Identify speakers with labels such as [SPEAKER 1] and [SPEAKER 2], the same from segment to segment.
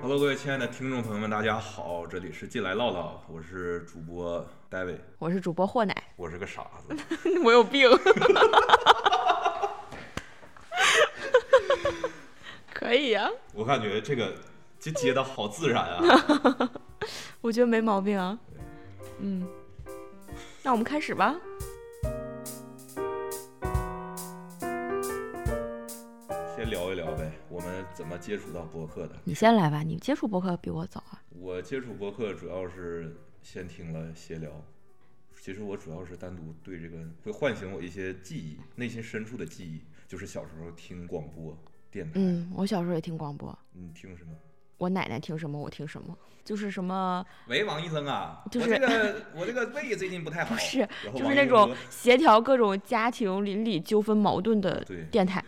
[SPEAKER 1] Hello，各位亲爱的听众朋友们，大家好，这里是进来唠唠，我是主播 David，
[SPEAKER 2] 我是主播霍奶，
[SPEAKER 1] 我是个傻 子。
[SPEAKER 2] 我有病。 可以啊呀、
[SPEAKER 1] 我感觉这个这接的好自然啊！
[SPEAKER 2] 我觉得没毛病啊。嗯，那我们开始吧。
[SPEAKER 1] 先聊一聊呗，我们怎么接触到播客的？
[SPEAKER 2] 你先来吧，你接触播客比我早啊。
[SPEAKER 1] 我接触播客主要是先听了闲聊，其实我主要是单独对这个会唤醒我一些记忆，内心深处的记忆，就是小时候听广播电台。
[SPEAKER 2] 嗯，我小时候也听广播，
[SPEAKER 1] 你听什么？
[SPEAKER 2] 我奶奶听什么我听什么，就是什么
[SPEAKER 1] 喂，王医生啊，
[SPEAKER 2] 就是
[SPEAKER 1] 我这个我这个胃最近不太好，
[SPEAKER 2] 不是
[SPEAKER 1] 然后
[SPEAKER 2] 就
[SPEAKER 1] 王医
[SPEAKER 2] 是那
[SPEAKER 1] 生
[SPEAKER 2] 种
[SPEAKER 1] 说
[SPEAKER 2] 协调各种家庭邻里纠纷矛盾的
[SPEAKER 1] 对
[SPEAKER 2] 电台，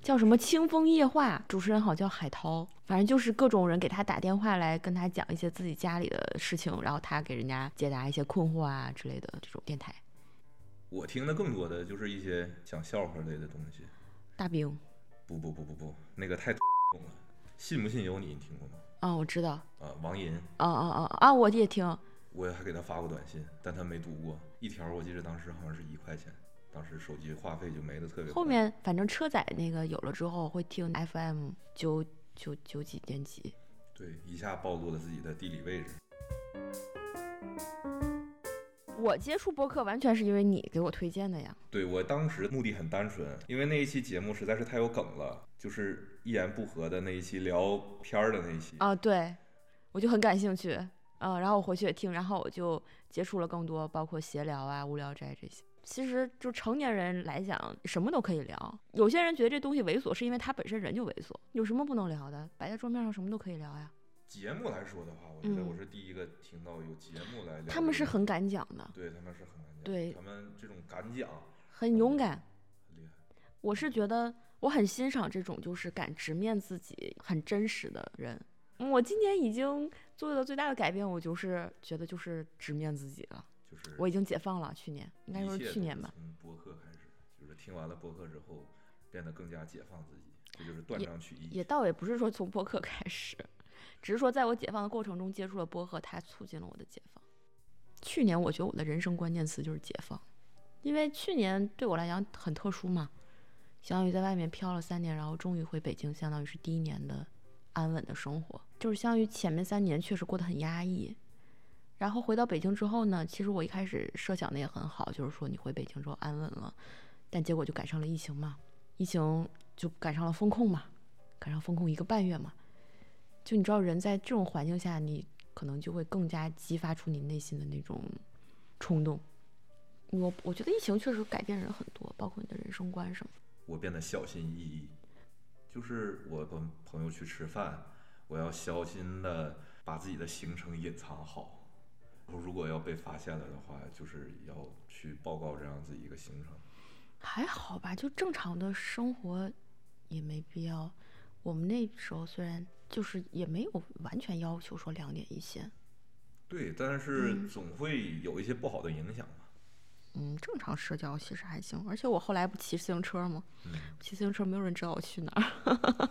[SPEAKER 2] 叫什么《清风夜话》，主持人好像叫海涛，反正就是各种人给他打电话来跟他讲一些自己家里的事情，然后他给人家解答一些困惑啊之类的这种电台。
[SPEAKER 1] 我听的更多的就是一些讲笑话类的东西。
[SPEAKER 2] 大兵，
[SPEAKER 1] 不不不不不，那个太懂了，信不信由你，你听过吗？
[SPEAKER 2] 啊、我知道，啊
[SPEAKER 1] 啊，王银，
[SPEAKER 2] 啊啊啊，我也听，
[SPEAKER 1] 我还给他发过短信，但他没读过一条，我记得当时好像是一块钱，当时手机话费就没的特别快。
[SPEAKER 2] 后面反正车载那个有了之后会听 FM 九九九几年级，
[SPEAKER 1] 对一下暴露了自己的地理位置。
[SPEAKER 2] 我接触播客完全是因为你给我推荐的呀。
[SPEAKER 1] 对我当时目的很单纯，因为那一期节目实在是太有梗了，就是一言不合的那一期聊片儿的那一期。
[SPEAKER 2] 啊，对，我就很感兴趣，嗯，然后我回去也听，然后我就接触了更多，包括闲聊啊、无聊斋这些。其实就成年人来讲，什么都可以聊。有些人觉得这东西猥琐，是因为他本身人就猥琐，有什么不能聊的？摆在桌面上什么都可以聊呀。
[SPEAKER 1] 节目来说的话，我觉得
[SPEAKER 2] 嗯
[SPEAKER 1] 我是第一个听到有节目来聊这个。
[SPEAKER 2] 他们是很敢讲的，
[SPEAKER 1] 对他们是很敢讲，
[SPEAKER 2] 对
[SPEAKER 1] 他们这种敢讲
[SPEAKER 2] 很勇敢。
[SPEAKER 1] 很厉害。
[SPEAKER 2] 我是觉得我很欣赏这种就是敢直面自己、很真实的人。嗯我今年已经做的最大的改变，我就是觉得就是直面自己了。
[SPEAKER 1] 就是
[SPEAKER 2] 我已经解放了，去年应该说
[SPEAKER 1] 一切
[SPEAKER 2] 是
[SPEAKER 1] 都是
[SPEAKER 2] 去年吧。
[SPEAKER 1] 从播客开始，就是听完了播客之后，变得更加解放自己，这就是断章取义。
[SPEAKER 2] 也倒也不是说从播客开始，只是说在我解放的过程中接触了播客，它促进了我的解放。去年我觉得我的人生关键词就是解放，因为去年对我来讲很特殊嘛，相当于在外面漂了三年，然后终于回北京，相当于是第一年的安稳的生活，就是相当于前面三年确实过得很压抑。然后回到北京之后呢，其实我一开始设想的也很好，就是说你回北京之后安稳了，但结果就赶上了疫情嘛，疫情就赶上了风控嘛，赶上风控一个半月嘛，就你知道人在这种环境下，你可能就会更加激发出你内心的那种冲动。我我觉得疫情确实改变人很多，包括你的人生观什么。
[SPEAKER 1] 我变得小心翼翼，就是我跟朋友去吃饭，我要小心的把自己的行程隐藏好。如果要被发现了的话，就是要去报告这样子一个行程。
[SPEAKER 2] 还好吧，就正常的生活也没必要。我们那时候虽然就是也没有完全要求说两点一线，
[SPEAKER 1] 对，但是总会有一些不好的影响嘛。
[SPEAKER 2] 嗯，正常社交其实还行。而且我后来不骑自行车吗？
[SPEAKER 1] 嗯，
[SPEAKER 2] 骑自行车没有人知道我去哪儿。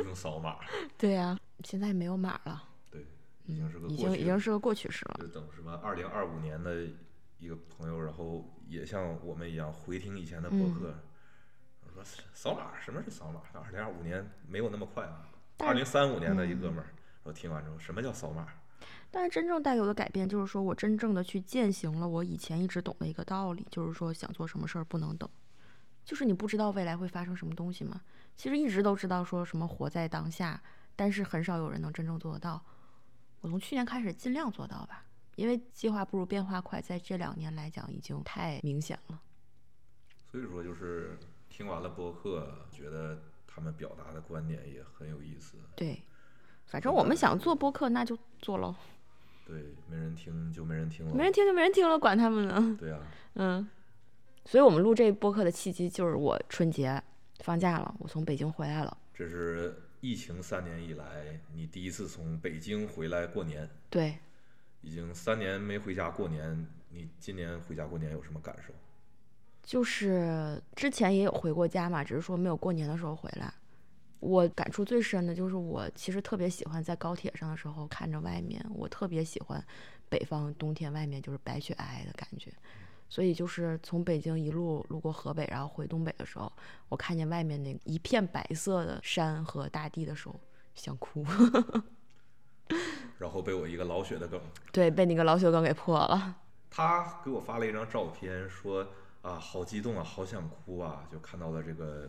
[SPEAKER 1] 不用扫码，
[SPEAKER 2] 对呀、现在没有码了，
[SPEAKER 1] 对，已啊经是个
[SPEAKER 2] 嗯已
[SPEAKER 1] 过
[SPEAKER 2] 经
[SPEAKER 1] 去
[SPEAKER 2] 已
[SPEAKER 1] 了
[SPEAKER 2] 经是个过去式了。
[SPEAKER 1] 就等什么二零二五年的一个朋友，然后也像我们一样回听以前的播客，
[SPEAKER 2] 嗯
[SPEAKER 1] 我说扫码，什么是扫码？二零二五年没有那么快啊，二
[SPEAKER 2] 但嗯
[SPEAKER 1] 零三五年的一哥们儿，我听完之后，什么叫扫码？
[SPEAKER 2] 但是真正带给我的改变，就是说我真正的去践行了我以前一直懂的一个道理，就是说想做什么事儿不能等，就是你不知道未来会发生什么东西嘛。其实一直都知道说什么活在当下，但是很少有人能真正做得到。我从去年开始尽量做到吧，因为计划不如变化快，在这两年来讲已经太明显了。
[SPEAKER 1] 所以说，就是听完了播客，觉得他们表达的观点也很有意思。
[SPEAKER 2] 对，反正我们想做播客那就做喽，
[SPEAKER 1] 对，没人听就没人听了，
[SPEAKER 2] 没人听就没人听了，管他们呢。
[SPEAKER 1] 对啊，
[SPEAKER 2] 嗯，所以我们录这播客的契机就是我春节放假了，我从北京回来了。
[SPEAKER 1] 这是疫情三年以来，你第一次从北京回来过年。
[SPEAKER 2] 对，
[SPEAKER 1] 已经三年没回家过年，你今年回家过年有什么感受？
[SPEAKER 2] 就是之前也有回过家嘛，只是说没有过年的时候回来。我感触最深的就是，我其实特别喜欢在高铁上的时候看着外面，我特别喜欢北方冬天外面就是白雪皑皑的感觉。所以就是从北京一路路过河北，然后回东北的时候，我看见外面那一片白色的山和大地的时候，想哭。
[SPEAKER 1] 然后被我一个老雪的梗，
[SPEAKER 2] 对，被那个老雪梗给破了。
[SPEAKER 1] 他给我发了一张照片，说啊，好激动啊，好想哭啊，就看到了这个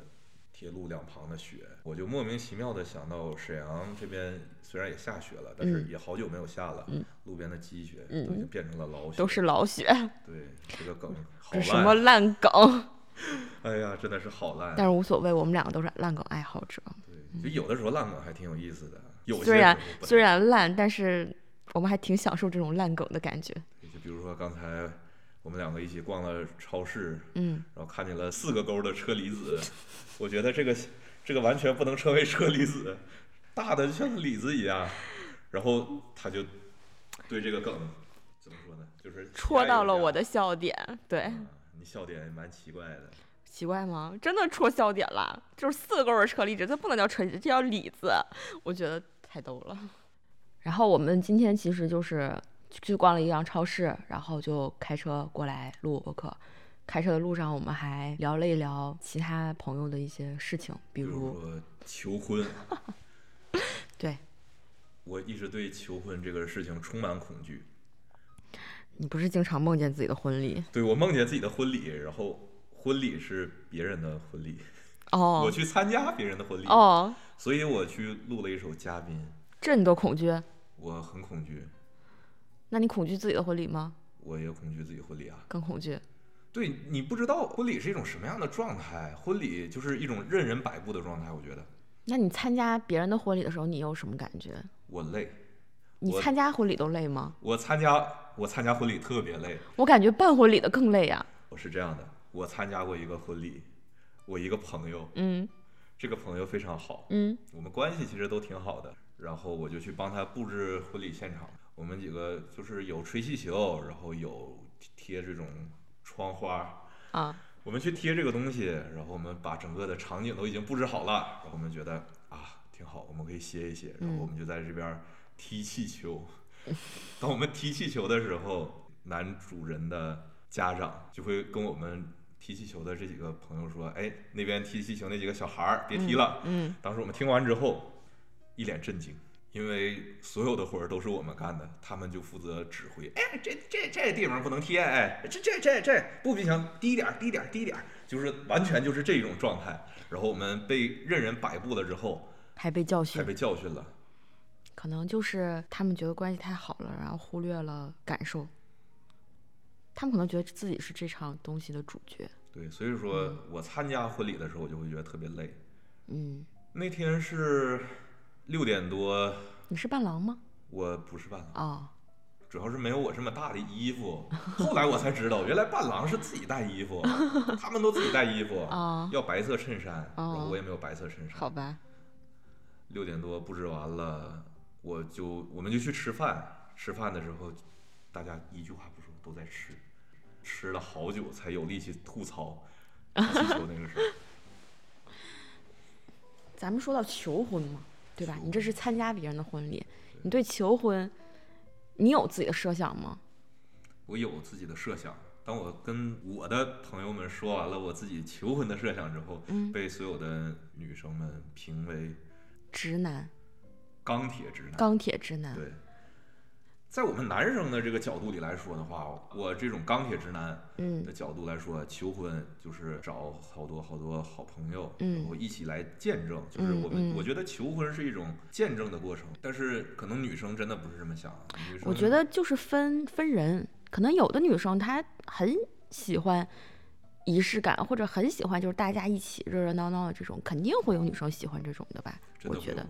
[SPEAKER 1] 铁路两旁的雪，我就莫名其妙的想到沈阳这边虽然也下雪了，但
[SPEAKER 2] 嗯
[SPEAKER 1] 是也好久没有下了，路边的积雪都已经变成了老雪，
[SPEAKER 2] 都是老雪，
[SPEAKER 1] 对这个梗好
[SPEAKER 2] 这
[SPEAKER 1] 烂，
[SPEAKER 2] 什么烂梗？
[SPEAKER 1] 哎呀，真的是好烂
[SPEAKER 2] 但，是无所谓，我们两个都是烂梗爱好者。
[SPEAKER 1] 对，就有的时候烂梗还挺有意思的，有些
[SPEAKER 2] 虽然
[SPEAKER 1] 时候不太
[SPEAKER 2] 虽然烂，但是我们还挺享受这种烂梗的感觉。
[SPEAKER 1] 就比如说刚才我们两个一起逛了超市，
[SPEAKER 2] 嗯，
[SPEAKER 1] 然后看见了四个勾的车厘子，我觉得这个这个完全不能称为车厘子，大的就像李子一样。然后他就对这个梗怎么说呢，就是
[SPEAKER 2] 戳到了我
[SPEAKER 1] 的。
[SPEAKER 2] 的笑点，对，
[SPEAKER 1] 啊你笑点也蛮奇怪的，
[SPEAKER 2] 奇怪吗？真的戳笑点了，就是四个勾的车厘子，这不能叫车厘子，这叫李子，我觉得太逗了。然后我们今天其实就是去逛了一趟超市，然后就开车过来录播客。开车的路上，我们还聊了一聊其他朋友的一些事情，比
[SPEAKER 1] 比如
[SPEAKER 2] 如
[SPEAKER 1] 说求婚，
[SPEAKER 2] 对
[SPEAKER 1] 我一直对求婚这个事情充满恐惧。
[SPEAKER 2] 你不是经常梦见自己的婚礼
[SPEAKER 1] 对我梦见自己的婚礼，然后婚礼是别人的婚礼，我
[SPEAKER 2] 哦
[SPEAKER 1] 去参加别人的婚礼，
[SPEAKER 2] 哦，
[SPEAKER 1] 所以我去录了一首《嘉宾》，
[SPEAKER 2] 这你都恐惧？
[SPEAKER 1] 我很恐惧，
[SPEAKER 2] 那你恐惧自己的婚礼吗？
[SPEAKER 1] 我也恐惧自己婚礼啊。
[SPEAKER 2] 更恐惧。
[SPEAKER 1] 对你不知道婚礼是一种什么样的状态，婚礼就是一种任人摆布的状态。我觉得
[SPEAKER 2] 那你参加别人的婚礼的时候，你有什么感觉？
[SPEAKER 1] 我累，
[SPEAKER 2] 你
[SPEAKER 1] 我
[SPEAKER 2] 参加婚礼都累吗？
[SPEAKER 1] 我参加我参加婚礼特别累。
[SPEAKER 2] 我感觉办婚礼的更累啊呀、
[SPEAKER 1] 我是这样的，我参加过一个婚礼，我一个朋友，
[SPEAKER 2] 嗯
[SPEAKER 1] 这个朋友非常好，
[SPEAKER 2] 嗯
[SPEAKER 1] 我们关系其实都挺好的。然后我就去帮他布置婚礼现场。我们几个就是有吹气球，然后有贴这种窗花，
[SPEAKER 2] 啊，
[SPEAKER 1] 我们去贴这个东西，然后我们把整个的场景都已经布置好了，然后我们觉得啊挺好，我们可以歇一歇，然后我们就在这边儿踢气球。当我们踢气球的时候，男主人的家长就会跟我们踢气球的这几个朋友说：“哎，那边踢气球那几个小孩儿别踢了。
[SPEAKER 2] 嗯，
[SPEAKER 1] 当时我们听完之后，一脸震惊。因为所有的活儿都是我们干的，他们就负责指挥。哎，这这这地方不能贴，哎，这这这这不冰箱低一点儿，低一点儿，低一点儿，就是完全就是这种状态。然后我们被任人摆布了之后，
[SPEAKER 2] 还被教
[SPEAKER 1] 还
[SPEAKER 2] 训，
[SPEAKER 1] 被教训了。
[SPEAKER 2] 可能就是他们觉得关系太好了，然后忽略了感受。他们可能觉得自己是这场东西的主角。
[SPEAKER 1] 对，所以说我参加婚礼的时候，我就会觉得特别累。
[SPEAKER 2] 嗯，
[SPEAKER 1] 那天是六点多，
[SPEAKER 2] 你是伴郎吗？
[SPEAKER 1] 我不是伴郎，
[SPEAKER 2] 哦，
[SPEAKER 1] 主要是没有我这么大的衣服。后来我才知道，原来伴郎是自己带衣服，他们都自己带衣服，
[SPEAKER 2] 啊
[SPEAKER 1] 要白色衬衫，然后
[SPEAKER 2] 哦
[SPEAKER 1] 我也没有白色衬衫。
[SPEAKER 2] 好吧，
[SPEAKER 1] 六点多布置完了，我就我们就去吃饭。吃饭的时候，大家一句话不说，都在吃，吃了好久才有力气吐 槽踢气球那个事儿。
[SPEAKER 2] 咱们说到求婚嘛，对吧
[SPEAKER 1] 求？婚
[SPEAKER 2] 你这是参加别人的婚礼，你对求婚，你有自己的设想吗？
[SPEAKER 1] 我有自己的设想。当我跟我的朋友们说完了我自己求婚的设想之后，
[SPEAKER 2] 嗯
[SPEAKER 1] 被所有的女生们评为
[SPEAKER 2] 直男，
[SPEAKER 1] 钢铁直男。
[SPEAKER 2] 钢铁直男，
[SPEAKER 1] 对，在我们男生的这个角度里来说的话，我这种钢铁直男
[SPEAKER 2] 嗯
[SPEAKER 1] 的角度来说，求婚就是找好多好多好朋友，
[SPEAKER 2] 嗯
[SPEAKER 1] 然后一起来见证。就是
[SPEAKER 2] 嗯
[SPEAKER 1] 我们，
[SPEAKER 2] 嗯
[SPEAKER 1] 我觉得求婚是一种见证的过程，但是可能女生真的不是这么想。女生
[SPEAKER 2] 我觉得就是分分人，可能有的女生她很喜欢仪式感，或者很喜欢就是大家一起热热闹闹的这种，肯定会有女生喜欢这种的吧？
[SPEAKER 1] 真
[SPEAKER 2] 我
[SPEAKER 1] 的
[SPEAKER 2] 觉
[SPEAKER 1] 会
[SPEAKER 2] 得
[SPEAKER 1] 吗，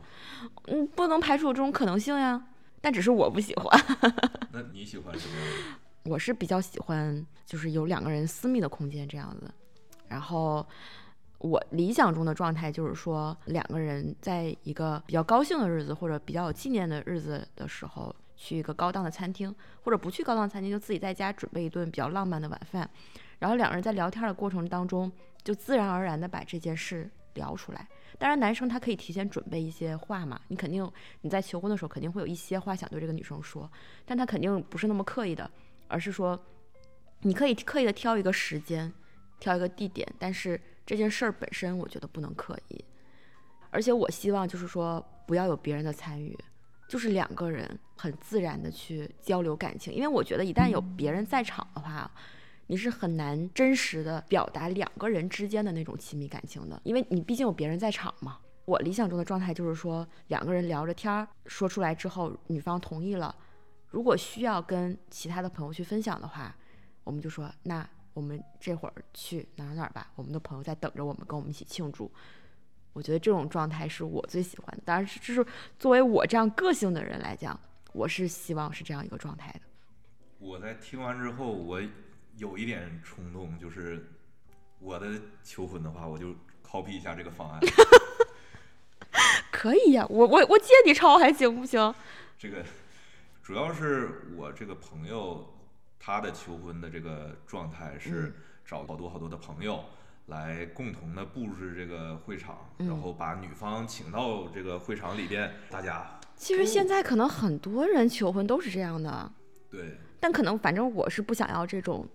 [SPEAKER 2] 嗯，不能排除这种可能性呀。但只是我不喜欢，
[SPEAKER 1] 那你喜欢什么样的？
[SPEAKER 2] 我是比较喜欢就是有两个人私密的空间这样子。然后我理想中的状态就是说，两个人在一个比较高兴的日子或者比较有纪念的日子的时候，去一个高档的餐厅，或者不去高档餐厅，就自己在家准备一顿比较浪漫的晚饭，然后两个人在聊天的过程当中，就自然而然的把这件事聊出来。当然，男生他可以提前准备一些话嘛，你肯定你在求婚的时候肯定会有一些话想对这个女生说，但他肯定不是那么刻意的，而是说你可以刻意的挑一个时间，挑一个地点，但是这件事儿本身我觉得不能刻意。而且我希望就是说不要有别人的参与，就是两个人很自然的去交流感情，因为我觉得一旦有别人在场的话，你是很难真实的表达两个人之间的那种亲密感情的，因为你毕竟有别人在场嘛。我理想中的状态就是说两个人聊着天儿，说出来之后女方同意了，如果需要跟其他的朋友去分享的话，我们就说那我们这会儿去哪儿哪儿吧，我们的朋友在等着我们，跟我们一起庆祝。我觉得这种状态是我最喜欢的。当然是，这是作为我这样个性的人来讲，我是希望是这样一个状态的。
[SPEAKER 1] 我在听完之后，我有一点冲动，就是我的求婚的话，我就 copy 一下这个方案。
[SPEAKER 2] 可以呀、我我我借你抄还行不行？
[SPEAKER 1] 这个主要是我这个朋友他的求婚的这个状态
[SPEAKER 2] 嗯
[SPEAKER 1] 是找好多好多的朋友来共同的布置这个会场，
[SPEAKER 2] 嗯
[SPEAKER 1] 然后把女方请到这个会场里边，大家
[SPEAKER 2] 其实现在可能很多人求婚都是这样的，
[SPEAKER 1] 对
[SPEAKER 2] 但可能反正我是不想要这种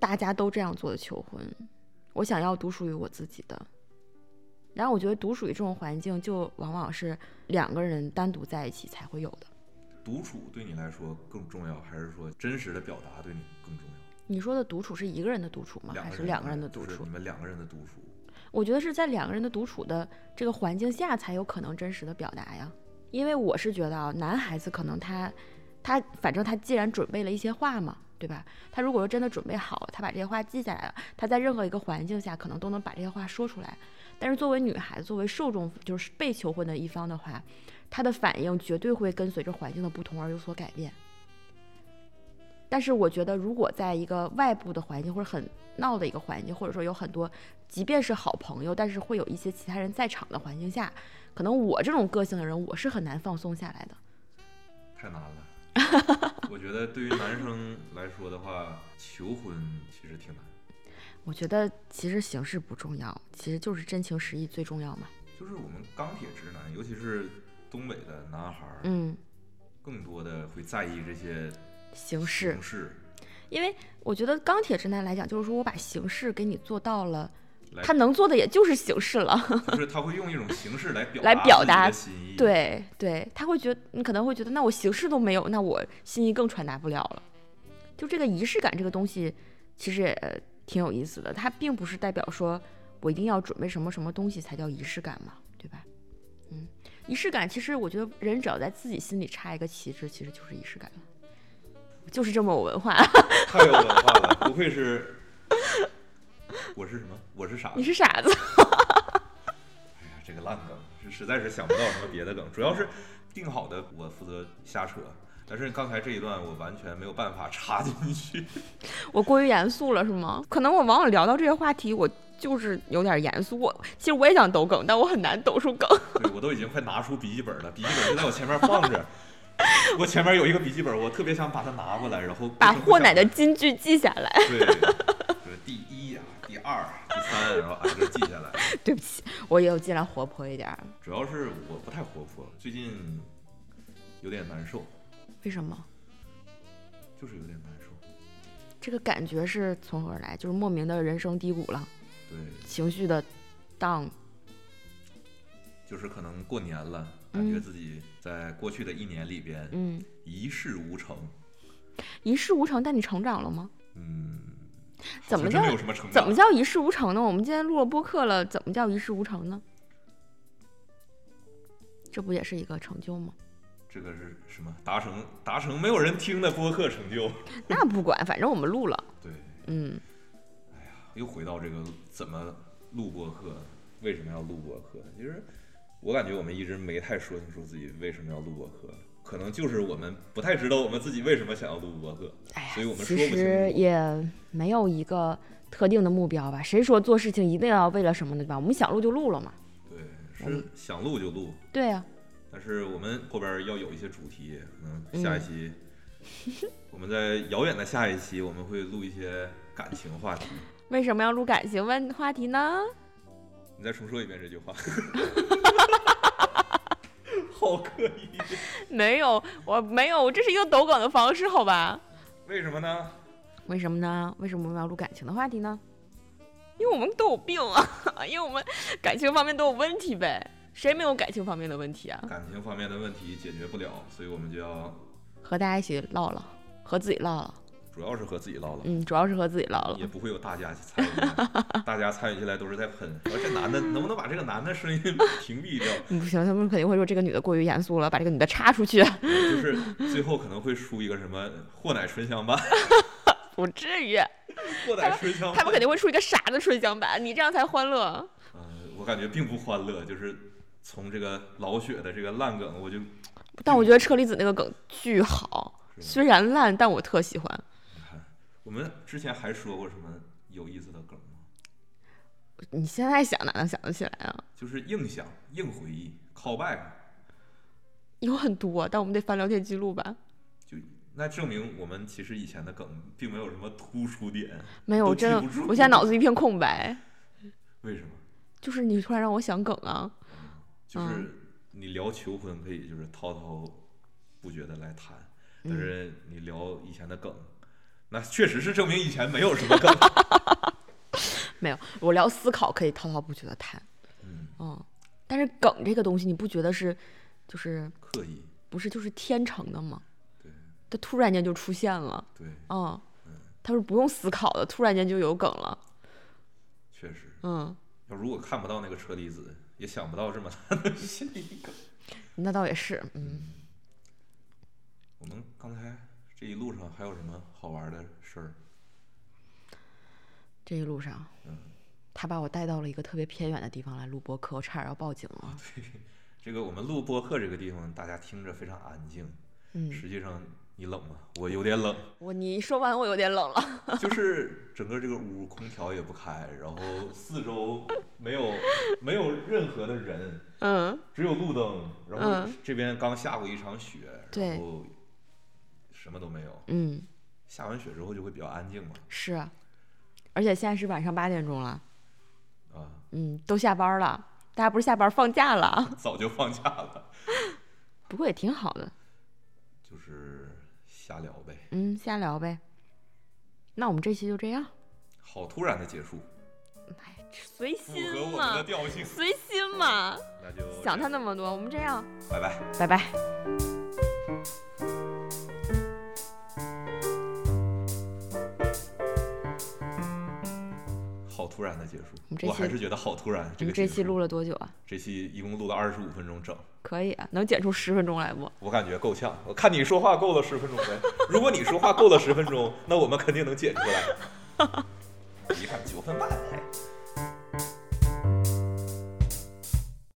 [SPEAKER 2] 大家都这样做的求婚，我想要独属于我自己的。然后我觉得独属于这种环境，就往往是两个人单独在一起才会有的。
[SPEAKER 1] 独处对你来说更重要，还是说真实的表达对你更重要？
[SPEAKER 2] 你说的独处是一个人的独处吗？还是两个人的独
[SPEAKER 1] 就是
[SPEAKER 2] 处
[SPEAKER 1] 你？们两个人的独处，
[SPEAKER 2] 我觉得是在两个人的独处的这个环境下，才有可能真实的表达呀。因为我是觉得啊，男孩子可能他他反正他既然准备了一些话嘛，对吧？他如果说真的准备好，他把这些话记下来了，他在任何一个环境下可能都能把这些话说出来。但是作为女孩子，作为受众就是被求婚的一方的话，她的反应绝对会跟随着环境的不同而有所改变。但是我觉得，如果在一个外部的环境或者很闹的一个环境，或者说有很多即便是好朋友，但是会有一些其他人在场的环境下，可能我这种个性的人，我是很难放松下来的。
[SPEAKER 1] 太难了。 我觉得对于男生来说的话，求婚其实挺难。
[SPEAKER 2] 我觉得其实形式不重要，其实就是真情实意最重要嘛。
[SPEAKER 1] 就是我们钢铁直男，尤其是东北的男孩儿，
[SPEAKER 2] 嗯，
[SPEAKER 1] 更多的会在意这些
[SPEAKER 2] 形式
[SPEAKER 1] 形，式
[SPEAKER 2] 因为我觉得钢铁直男来讲，就是说我把形式给你做到了，
[SPEAKER 1] 来
[SPEAKER 2] 他能做的也就是形式了。
[SPEAKER 1] 就是他会用一种形式来表
[SPEAKER 2] 来表达
[SPEAKER 1] 达自己的心意。，
[SPEAKER 2] 对对，他会觉得你可能会觉得，那我形式都没有，那我心意更传达不了了。就这个仪式感这个东西，其实也呃挺有意思的，它并不是代表说我一定要准备什么什么东西才叫仪式感嘛，对吧？嗯，仪式感其实我觉得人只要在自己心里插一个旗帜，其实就是仪式感了。就是这么有文化，啊
[SPEAKER 1] 太有文化了，不愧是我是什么？我是傻子
[SPEAKER 2] 你。是傻子。
[SPEAKER 1] 哎呀，这个烂梗是实在是想不到什么别的梗，主要是定好的我负责瞎扯，但是刚才这一段我完全没有办法插进去。
[SPEAKER 2] 我过于严肃了是吗？可能我往往聊到这些话题，我就是有点严肃。我其实我也想抖梗，但我很难抖出梗。
[SPEAKER 1] 对我都已经快拿出笔记本了，笔记本就在我前面放着。我前面有一个笔记本，我特别想把它拿过来，然后
[SPEAKER 2] 把霍
[SPEAKER 1] 奶
[SPEAKER 2] 奶的金句记下来。
[SPEAKER 1] 对，就是第一呀、啊第二、第三，啊然后挨个记下来。
[SPEAKER 2] 对不起，我也有尽量活泼一点儿。
[SPEAKER 1] 主要是我不太活泼，最近有点难受，
[SPEAKER 2] 为什么？
[SPEAKER 1] 就是有点难受。
[SPEAKER 2] 这个感觉是从何而来？就是莫名的人生低谷了，
[SPEAKER 1] 对，
[SPEAKER 2] 情绪的 down。
[SPEAKER 1] 就是可能过年了，感觉自己在过去的一年里边
[SPEAKER 2] 嗯，
[SPEAKER 1] 一事无成。
[SPEAKER 2] 一事无成，但你成长了吗？
[SPEAKER 1] 嗯，
[SPEAKER 2] 怎么
[SPEAKER 1] 好像真
[SPEAKER 2] 叫
[SPEAKER 1] 没有什么成长？
[SPEAKER 2] 怎么叫一事无成呢？我们今天录了播客了，怎么叫一事无成呢？这不也是一个成就吗？
[SPEAKER 1] 这个是什么？达成达成没有人听的播客成就。
[SPEAKER 2] 那不管，反正我们录了。
[SPEAKER 1] 对，
[SPEAKER 2] 嗯，
[SPEAKER 1] 又回到这个怎么录播客，为什么要录播客？其实我感觉我们一直没太说清楚自己为什么要录播客，可能就是我们不太知道我们自己为什么想要录播客，
[SPEAKER 2] 哎呀
[SPEAKER 1] 所以我们
[SPEAKER 2] 其
[SPEAKER 1] 说不
[SPEAKER 2] 实
[SPEAKER 1] 清楚。
[SPEAKER 2] 也没有一个特定的目标吧。谁说做事情一定要为了什么呢？对吧？我们想录就录了嘛。
[SPEAKER 1] 对，是想录就录，
[SPEAKER 2] 对啊呀、
[SPEAKER 1] 但是我们后边要有一些主题，可能下一期，我们在遥远的下一期我们会录一些感情话题。
[SPEAKER 2] 为什么要录感情问话题呢？
[SPEAKER 1] 再重说一遍这句话。 好刻意，
[SPEAKER 2] 没有，我没有，这是一个抖梗的方式，好吧？
[SPEAKER 1] 为什么呢？
[SPEAKER 2] 为什么呢？为什么我们要录感情的话题呢？因为我们都有病啊， 因为我们感情方面都有问题呗。谁没有感情方面的问题啊？
[SPEAKER 1] 感情方面的问题解决不了，所以我们就要
[SPEAKER 2] 和大家一起唠唠，和自己唠唠。
[SPEAKER 1] 主要是和自己唠唠，
[SPEAKER 2] 嗯，主要是和自己唠唠
[SPEAKER 1] 也。不会有大家参与， 大家参与进来都是在喷，说这男的能不能把这个男的声音屏蔽掉？
[SPEAKER 2] 嗯，不行，他们肯定会说这个女的过于严肃了，把这个女的插出去。
[SPEAKER 1] 就是最后可能会输一个什么祸乃醇香版，
[SPEAKER 2] 不至于，
[SPEAKER 1] 祸乃醇香
[SPEAKER 2] 他
[SPEAKER 1] 版
[SPEAKER 2] 们肯。定会出一个傻子春香版，你这样才欢乐。
[SPEAKER 1] 呃，我感觉并不欢乐，就是从这个老雪的这个烂梗，我就
[SPEAKER 2] 但我觉得车厘子那个梗巨好，
[SPEAKER 1] 是吗
[SPEAKER 2] 虽然烂，但我特喜欢。
[SPEAKER 1] 我们之前还说过什么有意思的梗吗？
[SPEAKER 2] 你现在想哪能想得起来啊？
[SPEAKER 1] 就是硬想、硬回忆、callback，
[SPEAKER 2] 有很多，但我们得翻聊天记录吧？
[SPEAKER 1] 就那证明我们其实以前的梗并没有什么突出点。
[SPEAKER 2] 没有，
[SPEAKER 1] 都
[SPEAKER 2] 我
[SPEAKER 1] 记
[SPEAKER 2] 真的
[SPEAKER 1] 不住，
[SPEAKER 2] 我现在 脑子一片空白。
[SPEAKER 1] 为什么？
[SPEAKER 2] 就是你突然让我想梗啊，
[SPEAKER 1] 就是你聊求婚可以就是滔滔不绝的来谈，但是你聊以前的梗，那确实是证明以前没有什么梗。
[SPEAKER 2] 没有，我聊思考可以滔滔不绝的谈，
[SPEAKER 1] 嗯，
[SPEAKER 2] 嗯，但是梗这个东西，你不觉得是，就是
[SPEAKER 1] 刻意
[SPEAKER 2] 不是就是天成的吗？
[SPEAKER 1] 对
[SPEAKER 2] 它突然间就出现了，
[SPEAKER 1] 对，
[SPEAKER 2] 嗯，它是不用思考的，突然间就有梗了，
[SPEAKER 1] 确实。
[SPEAKER 2] 嗯，
[SPEAKER 1] 要如果看不到那个车厘子，也想不到这么大的心理梗。
[SPEAKER 2] 那倒也是，嗯，
[SPEAKER 1] 我们刚才这一路上还有什么好玩的事儿？
[SPEAKER 2] 这一路上，
[SPEAKER 1] 嗯
[SPEAKER 2] 他把我带到了一个特别偏远的地方来录播客，我差点要报警了，
[SPEAKER 1] 这个我们录播客这个地方，大家听着非常安静，
[SPEAKER 2] 嗯，
[SPEAKER 1] 实际上你冷吗？我有点冷，
[SPEAKER 2] 我你一说完我有点冷了，
[SPEAKER 1] 就是整个这个屋空调也不开，然后四周没有没有任何的人，
[SPEAKER 2] 嗯，
[SPEAKER 1] 只有路灯，然后
[SPEAKER 2] 嗯
[SPEAKER 1] 这边刚下过一场雪，
[SPEAKER 2] 对
[SPEAKER 1] 然后什么都没有。
[SPEAKER 2] 嗯。
[SPEAKER 1] 下完雪之后就会比较安静嘛，
[SPEAKER 2] 是，而且现在是晚上八点钟了，
[SPEAKER 1] 啊，
[SPEAKER 2] 嗯，都下班了，大家不是下班放假了，
[SPEAKER 1] 早就放假了，
[SPEAKER 2] 不过也挺好的，
[SPEAKER 1] 就是瞎聊呗。
[SPEAKER 2] 嗯，瞎聊呗。那我们这期就这样，
[SPEAKER 1] 好突然的结束，
[SPEAKER 2] 哎，随
[SPEAKER 1] 符合
[SPEAKER 2] 心
[SPEAKER 1] 我们的
[SPEAKER 2] 嘛，
[SPEAKER 1] 调性，
[SPEAKER 2] 随心嘛，
[SPEAKER 1] 那就这
[SPEAKER 2] 想他
[SPEAKER 1] 样，
[SPEAKER 2] 那么多，我们这样，
[SPEAKER 1] 拜拜。
[SPEAKER 2] 拜拜。
[SPEAKER 1] 好突然的结束
[SPEAKER 2] 我们，这
[SPEAKER 1] 我
[SPEAKER 2] 期
[SPEAKER 1] 还是觉得好突然。
[SPEAKER 2] 我
[SPEAKER 1] 这
[SPEAKER 2] 们
[SPEAKER 1] 个
[SPEAKER 2] 这
[SPEAKER 1] 结
[SPEAKER 2] 期
[SPEAKER 1] 束
[SPEAKER 2] 录了多久啊？
[SPEAKER 1] 这期一共录了二十五分钟整，
[SPEAKER 2] 可以啊，能剪出十分钟来不？
[SPEAKER 1] 我感觉够呛。我看你说话够了十分钟呗，如果你说话够了十分钟，那我们肯定能剪出来。你看九分半，哎。